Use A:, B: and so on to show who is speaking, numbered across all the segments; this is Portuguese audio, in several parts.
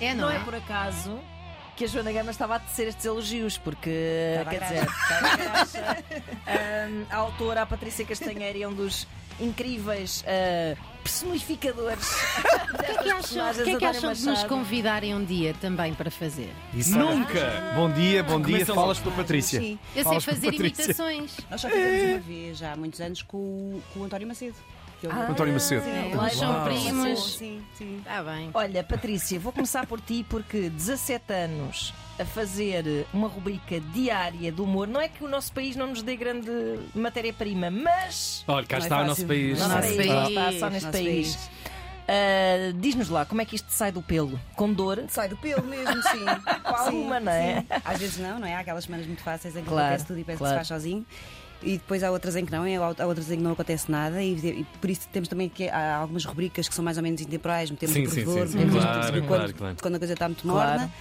A: É, não,
B: Não
A: é?
B: é por acaso que a Joana Gama estava a tecer estes elogios, porque
A: Tá
C: Estava
B: quer
C: a
B: dizer, estava a graxa. Ahm, a autora, a Patrícia Castanheira, é um dos incríveis ah, personificadores
A: O que é que acham, o que é que acham de nos convidarem um dia também para fazer?
D: Isso era-
E: Nunca!
D: Bom dia, bom dia.
E: Começa logo.
D: Falas para Patrícia.
C: Sim.
A: Eu sei
D: Falas com a
A: fazer
D: Patrícia.
A: imitações.
C: Nós já fizemos uma vez já há muitos anos com, o- com o António Macedo. Que ele-
D: António Macedo.
A: é,
D: Uau.
A: eles são primos.
C: Sim, sim.
A: Está bem.
B: Olha, Patrícia, vou começar por ti porque 17 anos a fazer uma rubrica diária de humor, não é que o nosso país não nos dê grande matéria-prima, mas
E: Olha, cá
C: Não é
E: está o nosso
C: fácil.
E: país.
B: Nosso
A: Nosso
B: país,
A: país.
B: lá está Tá, só neste
C: Nosso
B: país.
C: país.
B: Ah, Diz-nos lá, como é que isto sai do pelo? Com dor?
C: Sai do pelo mesmo, sim.
B: alguma,
C: Sim,
B: não é?
C: sim. Às vezes não, não é? Há aquelas semanas muito fáceis em que
B: Claro,
C: acontece tudo e parece
B: claro.
C: que se faz sozinho. E depois há outras em que não, e há há outras em que não acontece nada, e, e por isso temos também que há algumas rubricas que são mais ou menos intemporais, metemos
E: Sim,
C: por
E: sim,
C: favor,
E: sim, sim.
C: metemos isto,
E: Claro,
C: perceber
E: claro,
C: quando,
E: claro.
C: quando a coisa está muito
B: Claro.
C: morna.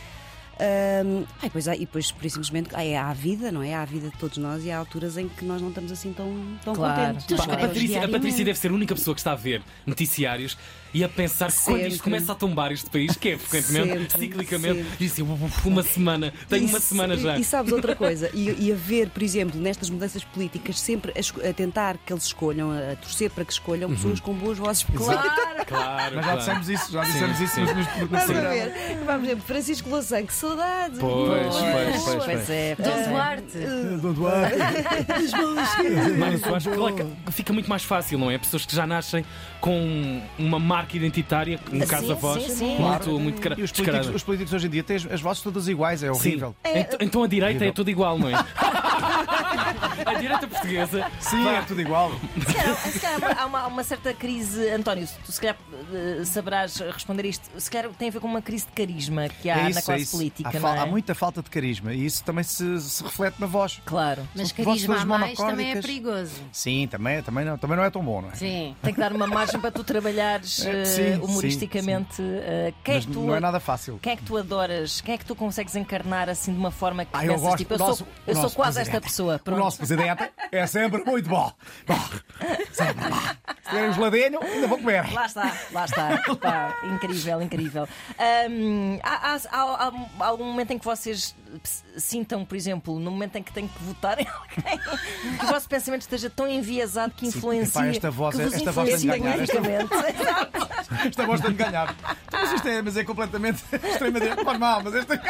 C: Ahm, ah, e, depois há, e depois, por isso simplesmente, ah, é a vida, não é? Há a vida de todos nós e há alturas em que nós não estamos assim tão, tão
B: Claro.
C: contentes.
A: Tu
C: não
E: Pá,
C: é?
E: a,
A: escolhes
E: Patrícia, a
A: diariamente.
E: Patrícia deve ser a única pessoa que está a ver noticiários e a pensar que quando isto
C: Sempre.
E: começa a tombar este país, que é frequentemente,
C: Sempre,
E: ciclicamente,
C: sempre.
E: diz assim, "Uf, uma semana, tenho uma
C: E se-
E: semana já.
C: E, e sabes outra coisa? E, e a ver, por exemplo, nestas mudanças políticas, sempre a, esco- a tentar que eles escolham, a, a torcer para que escolham pessoas
E: Uhum.
C: com boas vozes.
B: Claro!
E: Claro,
D: Mas já
E: claro.
D: dissemos isso, já dissemos isso
E: sim.
D: nos, nos,
C: Vamos
D: nos
C: a ver. Vamos ver. Francisco Louçã, que saudade.
E: Pois, pois, pois, pois.
B: Pois é, pois
A: Dom
B: é.
A: Duarte.
D: Dom Duarte.
E: Mário Soares, claro que fica muito mais fácil, não é? Pessoas que já nascem com uma marca identitária,
C: Ah,
E: no um caso a voz,
B: sim, sim.
E: muito,
D: Claro.
E: muito cara-
D: E os políticos,
E: descarada.
D: os políticos hoje em dia têm as, as vozes todas iguais, é
E: Sim.
D: horrível.
E: Ent- Então a direita é tudo igual, não é? a direita portuguesa.
D: Sim, é tudo igual.
B: Se calhar- se calhar há uma, há uma certa crise, António, se tu se calhar eh, saberás responder isto. Se calhar tem a ver com uma crise de carisma que há
D: é
B: na
D: isso, é
B: classe
D: isso.
B: política,
D: há,
B: não
D: fal-
B: é?
D: há muita falta de carisma e isso também se, se reflete na voz.
B: Claro.
A: Mas
D: São vozes
A: carisma a mais
D: monocórdicas.
A: também é perigoso.
D: Sim, também, também, não, também não é tão bom, não é?
A: Sim.
B: Tem que dar uma margem para tu trabalhares
D: É,
B: eh,
D: sim,
B: humoristicamente. eh, quem, é
D: Mas
B: que tu,
D: não é nada fácil.
B: quem é que tu adoras? Quem é que tu consegues encarnar assim de uma forma que
D: Ah, eu
B: pensas
D: gosto
B: tipo, eu
D: do nosso-
B: sou, eu
D: do
B: sou
D: nosso
B: quase
D: presidente.
B: esta pessoa?
D: O
B: Pronto.
D: nosso presidente é sempre muito bom. Bom, sempre bom. Se tiver um geladinho, ainda vou comer.
B: Lá está, lá está. Pá, incrível, incrível. Hum, há, há- há- há algum momento em que vocês se- sintam, por exemplo, no momento em que têm que votar em alguém, que o vosso pensamento esteja tão enviesado que
D: Sim,
B: influencia.
D: epá, esta voz- é-
B: que vos
D: esta voz tem de
B: influencia
D: ganhar, esta-
B: politicamente.
D: Esta voz tem de ganhar. Então, Mas isto é, mas é completamente extremamente normal. Mas esta,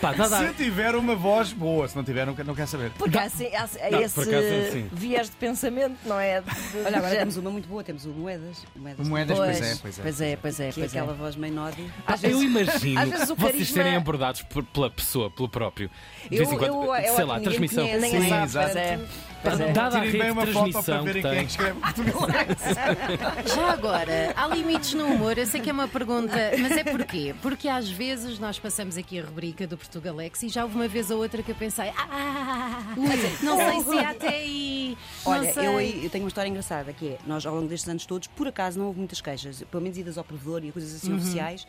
E: Pá, dá, dá.
D: se tiver uma voz boa, se não tiver, não quer, não quer saber.
B: Porque há, assim- há- há
E: Não,
B: esse
E: por acaso é assim.
B: viés de pensamento, não é? De- de-
C: Olha, agora
B: de-
C: temos uma muito boa, temos o Moedas. o Moedas.
D: Moedas, pois, é, pois é.
B: Pois é, pois é.
C: Que é
B: Pois é.
C: aquela voz meio nódia.
E: Pá, eu imagino
B: às vezes o
E: vocês
B: carisma-
E: serem abordados por- pela pessoa, pelo próprio. De
B: Eu-
E: vez em quando,
B: eu- eu-
E: sei lá,
B: ninguém
E: transmissão.
B: conhece, ninguém
D: Sim,
B: sabe,
D: exato.
B: pois é.
E: Pá,
B: Pois é.
E: Dada a
D: Tirem
E: rede
D: bem
E: de
D: uma foto
E: transmissão
D: para
E: que
D: verem quem é
E: tem.
D: que escreve. português.
A: Já agora, há limites no humor, eu sei que é uma pergunta, mas é porquê? Porque às vezes nós passamos aqui a rubrica do Portugalex e já houve uma vez ou outra que eu pensei, ah, ui, não sei se é até aí. não
C: Olha,
A: sei."
C: eu, aí- eu tenho uma história engraçada que é: nós, ao longo destes anos todos, por acaso não houve muitas queixas, pelo menos idas ao provedor e coisas assim oficiais,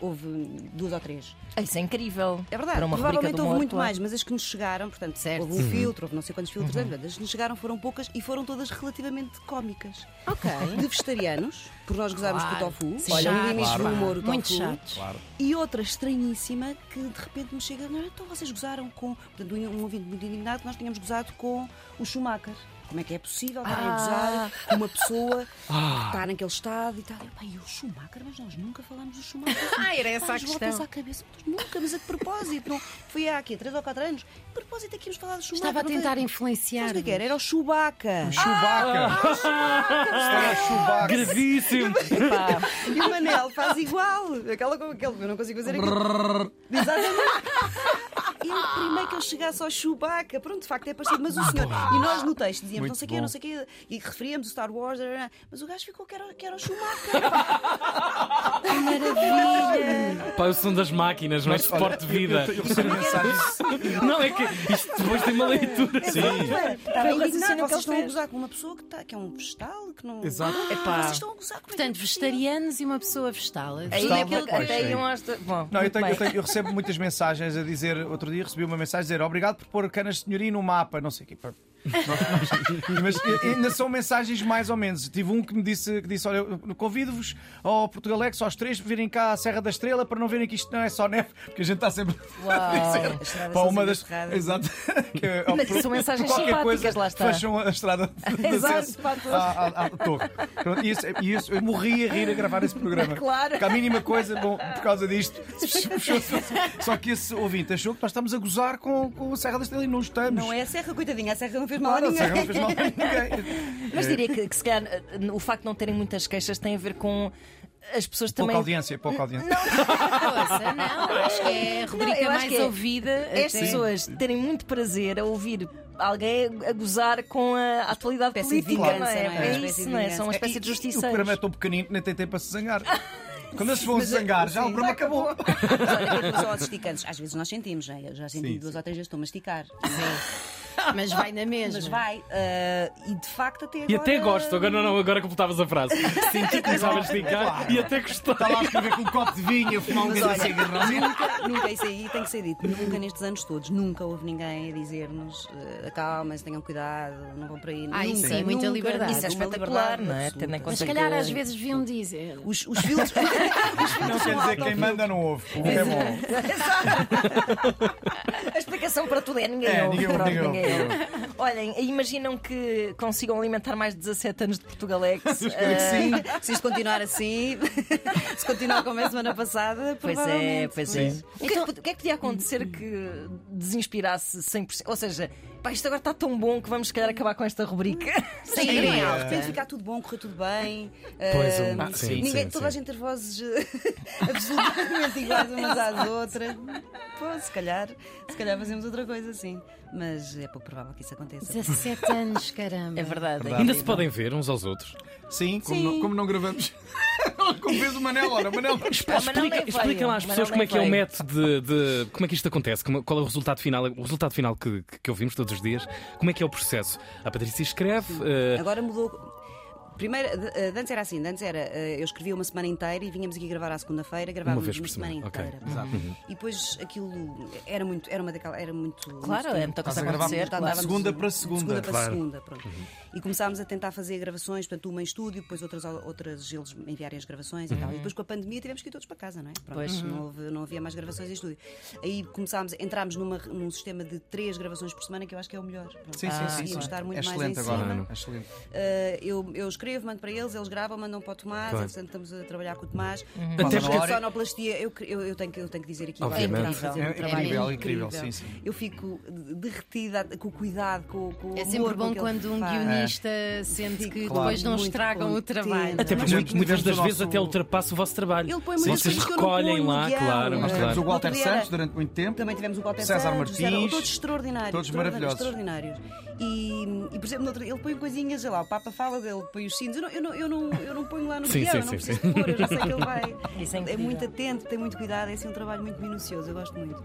C: houve hum, duas ou três.
B: Ah, Isso é incrível.
C: É verdade,
B: Para uma rubrica
C: provavelmente
B: de
C: houve
B: humor,
C: muito
B: claro.
C: mais, mas as que nos chegaram, portanto, Uhum.
A: Certo.
C: houve um filtro, houve não sei quantos filtros, portanto, as que nos chegaram foram poucas e foram todas relativamente cómicas.
A: Ok.
C: De vegetarianos, por nós gozarmos
A: Claro.
C: com o tofu,
A: Sim,
C: olha,
A: chato,
C: um início
A: pá.
C: do humor, o tofu,
A: Muito chatos.
D: Claro.
C: e outra estranhíssima que de repente me chega, não, então vocês gozaram com, portanto, um ouvinte muito indignado que nós tínhamos gozado com o Schumacher. Como é que é possível estarem a gozar com uma pessoa que está naquele estado e tal? E, pá, e o Schumacher, mas nós nunca falámos do Schumacher.
A: Ah, era essa a
C: Mas voltas
A: questão.
C: à cabeça, mas nunca, mas a de propósito. Não, foi há aqui, 3 ou 4 anos. De propósito, aqui íamos falar do Schumacher.
A: Estava a
C: não foi?
A: tentar
C: Sabes
A: influenciar.
C: o que é que era? Era o Chewbacca.
D: Chewbacca. Está a Chewbacca.
E: Gravíssimo!
C: E o Manel faz igual. Aquela com aquele. Eu não consigo fazer aquilo. Exatamente. Eu primeiro que ele chegasse ao Chewbacca. Pronto, de facto é parecido. Mas o senhor. E nós no texto dizíamos
D: Muito
C: não sei o quê,
D: bom.
C: não sei o quê. E referíamos o Star Wars. blá, blá, blá. Mas o gajo ficou que era, que era o Schumacher.
E: Pá, o som das máquinas, não é?
D: Mas, olha,
E: Suporte de vida.
D: Eu recebo mensagens.
E: Não, é que isto depois tem uma leitura.
D: Sim.
B: indignado
C: Estava indignado.
B: com o que ele
C: Vocês estão a
B: fez.
C: gozar com uma pessoa que, está, que é um vegetal. Que não... Ah,
D: Exato.
C: Vocês estão a gozar com
A: Portanto, vegetarianos e uma pessoa vegetal.
B: Aí
A: Tudo
D: Estava-
B: aquilo-
D: pois,
B: até
D: sim.
B: iam aos- Bom,
D: Não, eu,
B: muito
D: tenho,
B: bem.
D: eu, tenho- eu recebo muitas mensagens a dizer. Outro dia recebi uma mensagem a dizer obrigado por pôr canas de senhoria no mapa. Não sei o quê. pá. Mas eh, ainda são mensagens mais ou menos. Tive um que me disse, que disse olha, eu convido-vos ao Portugalex, aos três, para virem cá à Serra da Estrela, para não verem que isto não é só neve, porque a gente está sempre a
C: As
D: dizer
C: estradas
D: para
C: são
D: uma
C: sempre
D: das...
C: cerradas.
D: Exato. Que, eh,
B: Mas
D: por-
B: são mensagens
D: por qualquer
B: simpáticas,
D: coisa,
B: lá está.
D: Fecham a estrada de
B: Exato,
D: acesso
B: para todos.
D: à, à- à torre. Pronto, E isso, é, e isso, eu morri a rir a gravar esse programa.
B: Claro.
D: Porque a mínima coisa, bom, por causa disto, fechou-se. Só que esse ouvinte achou que nós estamos a gozar com, com a Serra da Estrela e não estamos.
C: Não é a Serra, coitadinha, a Serra não fez mal
D: Claro,
C: a
D: a Serra não
C: ninguém.
D: fez mal a ninguém.
B: Mas diria que, que se calhar eh, o facto de não terem muitas queixas tem a ver com as pessoas
D: Pouca
B: também.
D: audiência, pouca audiência.
C: é
A: Ouça, não, acho que é a rubrica
B: eu acho
A: mais
B: que é-
A: ouvida.
B: As
A: até.
B: pessoas terem muito prazer a ouvir alguém a gozar com a atualidade
C: Espécie de
B: política, não
C: vingança,
B: é?
C: não é? Uma
B: É
C: espécie
B: isso,
C: de
B: não é?
C: vingança.
B: São uma espécie de
D: E- e
B: justiça.
D: O programa é tão pequenino que nem tem tempo para se zangar. Quando eles vão se
C: é
D: zangar,
C: assim.
D: já o programa acabou.
C: Mas olha, em relação aos esticantes, às vezes nós sentimos, né? Eu já senti
D: Sim,
C: duas
D: sim.
C: ou três vezes, estou a masticar.
A: Mas vai na mesma.
C: Mas vai, ah, e de facto até agora.
E: E até gosto, agora não, não, agora completavas a frase. Senti que começava a esticar e até gostei.
D: Está lá a escrever com um copo de vinho, a fumar um
C: Mas
D: grande
C: olha, é
D: cigarro.
C: nunca, Ah, nunca, isso aí tem que ser dito, nunca nestes anos todos, nunca houve ninguém a dizer-nos ah, acalmem-se, tenham cuidado, não vão para aí.
A: Ah,
C: nunca,
A: isso sim, muita
C: nunca.
A: liberdade.
C: Isso
B: Uma
C: é espetacular,
B: liberdade, não é?
C: absoluta.
B: Tendo em conta
A: Mas se calhar
B: que-
A: às vezes deviam dizer.
C: Os, os filtros.
D: Não quer dizer que quem manda não ouve. O que é bom.
B: A explicação para tudo é ninguém
D: É,
B: ouve.
D: ninguém ouve,
B: Pronto,
D: ninguém ouve,
B: ninguém
D: ninguém
B: ouve. Olhem, imaginam que consigam alimentar mais de 17 anos de eh, Portugalex.
D: Espero que
B: é,
D: sim.
C: Eh, Se isto continuar assim, se continuar como é a semana passada,
B: Pois é,
C: provavelmente. Então-
B: pois é. O, que é que, pod- o que é que podia acontecer que desinspirasse 100%? Ou seja, pá, isto agora está tão bom que vamos, se calhar, acabar com esta rubrica.
A: Sim,
C: Sim,
A: é.
C: de repente ficar tudo bom, correr tudo bem.
E: Pois,
C: ah,
E: um- ah, sim,
C: ninguém,
E: sim,
C: toda
E: sim.
C: a gente ter vozes ah, absolutamente iguais umas às outras. Pô, se calhar, se calhar fazemos outra coisa assim. Mas é pouco provável que isso aconteça.
A: 17 anos, caramba.
B: É verdade.
E: Ainda se podem ver uns aos outros.
D: Sim, como, Não, como não gravamos. como fez o Manel, olha, Manel.
B: Ah, mas não
E: Explica,
B: nem veio.
E: explica lá às
B: Mas
E: pessoas
B: não
E: como
B: nem
E: é que é o
B: veio.
E: método de, de- Como é que isto acontece? Como- qual é o resultado final? O resultado final que, que, que ouvimos todos os dias. Como é que é o processo? A Patrícia escreve. eh,
C: Agora mudou. Primeiro, eh, antes era assim, antes era eh, eu escrevia uma semana inteira e vínhamos aqui gravar à segunda-feira, gravávamos
E: vez por
C: semana,
E: semana, ok.
C: inteira. E depois aquilo era muito, era uma daquela, era muito.
B: Claro, é muita coisa a
D: a gravar
B: acontecer.
D: muito-
C: Andávamos
D: segunda
C: de-
D: para
C: de
D: segunda,
C: segunda para
D: claro. Uhum.
C: segunda, pronto. E começámos a tentar fazer gravações, portanto, uma em estúdio, depois outras, outras eles me enviarem as gravações e tal. E depois com a pandemia tivemos que ir todos para casa, não é? Pronto, não, houve- não havia mais gravações em estúdio. Aí começámos, entrámos numa- num sistema de três gravações por semana que eu acho que é o melhor. Pronto,
D: Sim, sim, sim.
C: conseguimos
D: sim.
C: estar muito
D: É
C: mais
D: excelente
C: em
D: agora.
C: cima.
D: é Excelente.
C: Uh, eu, eu escrevo, mando para eles, eles gravam, mandam para o Tomás,
E: Claro.
C: e, portanto estamos a trabalhar com o Tomás.
D: Uhum.
E: Até
C: Até
E: porque-
C: porque sonoplastia, eu, cre- eu, eu, tenho, que- eu tenho que dizer aqui,
E: Obviamente.
C: é incrível,
D: É
C: fazer um trabalho
D: incrível, incrível, sim, sim.
C: Eu fico de- derretida com o cuidado, com, com o
A: É
C: amor
A: sempre
C: com
A: bom
C: que ele
A: quando um
C: faz.
A: guionista sente que
C: Claro.
A: depois não
C: Muito
A: estragam o
C: contente.
A: trabalho.
E: Até
C: Nós
E: porque
D: tivemos-
E: muito- muitas das
D: tivemos o
E: vezes
D: nosso-
E: até ultrapassa o vosso trabalho.
C: Ele põe muitas
E: Vocês
C: coisas que eu não
E: recolhem
C: ponho no
E: lá,
C: guião.
E: claro.
D: Nós
C: Mas
E: claro.
D: tivemos o Walter
C: Outro era-
D: Santos durante muito tempo.
C: Também tivemos o Walter
D: César
C: Santos,
D: Martins.
C: eram todos extraordinários.
D: Todos maravilhosos.
C: Extraordinários. E, e, por exemplo, noutro- ele põe coisinhas, sei lá, o Papa fala dele, põe os sinos. Eu não, eu não, eu não, eu não ponho lá no
E: Sim,
C: guião,
E: sim,
C: eu não
E: sim,
C: preciso
E: sim.
C: pôr, eu já sei que ele vai.
B: Isso é incrível.
C: muito atento, tem muito cuidado, é assim um trabalho muito minucioso, eu gosto muito.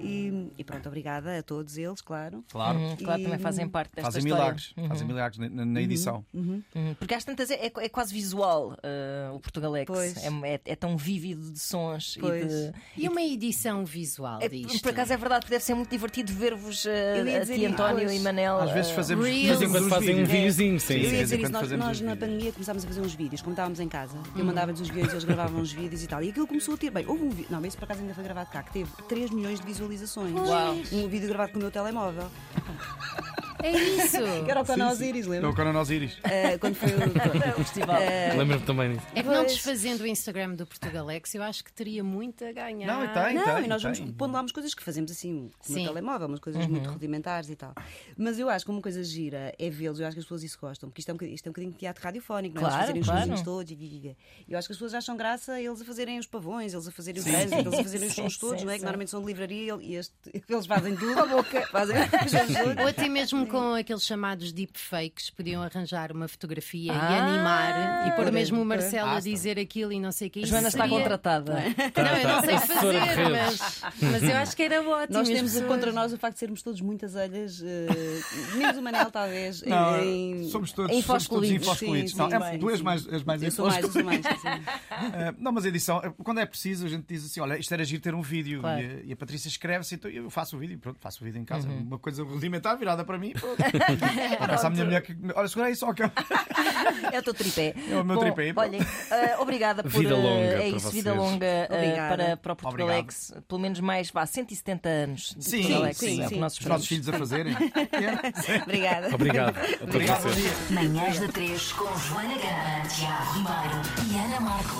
C: E, e pronto, obrigada a todos eles, claro.
D: Claro.
B: Claro, também fazem parte desta
D: Fazem
B: Uhum. história.
D: milagres. Fazem milagres na- na, na edição.
B: Hum, Porque às tantas é, é- é quase visual eh, o Portugalex.
C: Pois.
B: É, é- é tão vívido de sons
C: Pois.
B: e de.
A: E uma edição visual
B: É,
A: disto.
B: por acaso é verdade que deve ser muito divertido ver-vos eh,
C: Eu ia
B: a
C: dizer
B: ti,
C: isso.
B: António
C: Pois.
B: e Manel.
D: Às vezes
B: eh,
D: fazemos,
A: Reels.
E: De vez em
D: fazemos
E: quando
D: uns
E: fazem um
D: vídeos.
E: videozinho,
D: Eu
E: sim.
D: ia
C: Eu ia
E: sim.
D: vez em
C: dizer isso,
D: quando
C: nós,
D: fazemos
C: nós
D: uns
C: na
D: vídeos.
C: pandemia começámos a fazer uns vídeos, como estávamos em casa,
B: Hum.
C: eu mandava-lhes os guiões, eles gravavam os vídeos e tal. E aquilo começou a ter, bem, houve um vídeo, não, mas isso por acaso ainda foi gravado cá, que teve 3 milhões de visualizações.
B: Uau.
C: Um vídeo gravado com o meu telemóvel.
A: É isso.
C: Era o Conan Osiris,
D: É o
C: lembra?
D: Conan Osiris.
C: Eh, quando foi o.
B: o festival.
E: Lembro-me também disso.
A: É que não
C: Pois.
A: desfazendo o Instagram do Portugalex, eu acho que teria muito a ganhar.
D: Não, e tem,
C: Não,
D: tem,
C: e nós
D: tem.
C: vamos pondo lá umas coisas que fazemos assim, como
A: Sim.
C: o telemóvel, umas coisas muito
B: Uhum.
C: rudimentares e tal. Mas eu acho que uma coisa gira é vê-los, eu acho que as pessoas isso gostam, porque isto é um bocadinho, isto é um bocadinho de teatro radiofónico, não é? Eles
B: Claro,
C: fazerem
B: claro.
C: os coisinhos todos e guiguigué. Eu acho que as pessoas acham graça eles a fazerem os pavões, eles a fazerem o trânsito, eles a fazerem os
B: Sim,
C: sons todos,
B: sim,
C: não é?
B: sim.
C: Que normalmente são de livraria e este- eles fazem tudo à boca, fazem fazem tudo.
A: Ou até mesmo com aqueles chamados deepfakes, podiam arranjar uma fotografia e
B: Ah,
A: animar e pôr
B: pois,
A: mesmo o
B: pois.
A: Marcelo a dizer aquilo e não sei o que.
B: A
A: Isso
B: Joana está
A: seria-
B: contratada. é
A: Não, eu não sei
E: Assessora de
A: fazer,
E: redes.
A: mas, mas eu acho que era ótimo.
C: Nós
A: as
C: temos
A: pessoas-
C: contra nós o facto de sermos todos muitas olhas, eh, menos o Manel, talvez.
D: Não,
C: em-
D: somos todos,
B: em
D: somos todos
B: foscolitos.
D: infoscolitos.
C: Sim,
D: Não,
C: sim,
D: é-
C: sim,
D: tu és
C: sim.
D: mais, és mais
C: Eu sou mais, eu sou mais. sim.
D: Ah, não, mas a edição, eh, quando é preciso, a gente diz assim: olha, isto era giro ter um vídeo.
B: Claro.
D: E, a, e a Patrícia escreve-se, então eu faço o vídeo, pronto, faço o vídeo em casa. Uma coisa rudimentar virada para mim.
C: todo.
D: Parece a minha mulher que. Olha, segura aí só que eu.
B: É o teu tripé.
D: É o meu
B: Bom,
D: tripé.
B: Olha, eh, obrigada por.
E: Vida
B: eh,
E: longa
B: É
E: para
B: isso,
E: vocês.
B: vida longa eh,
C: Obrigada.
B: para, para o
D: Obrigado.
B: Portugalex. Pelo menos mais, vá, 170 anos de
D: Sim,
B: Portugalex.
C: sim,
B: é o que
C: sim.
B: nós
D: Os nossos
B: esperamos.
D: filhos a fazerem.
B: Obrigada.
E: Obrigado a todos
D: Obrigado, bom
E: vocês.
D: dia.
F: Manhãs da 3 com Joana Gama, Tiago Ribeiro e Ana Marco.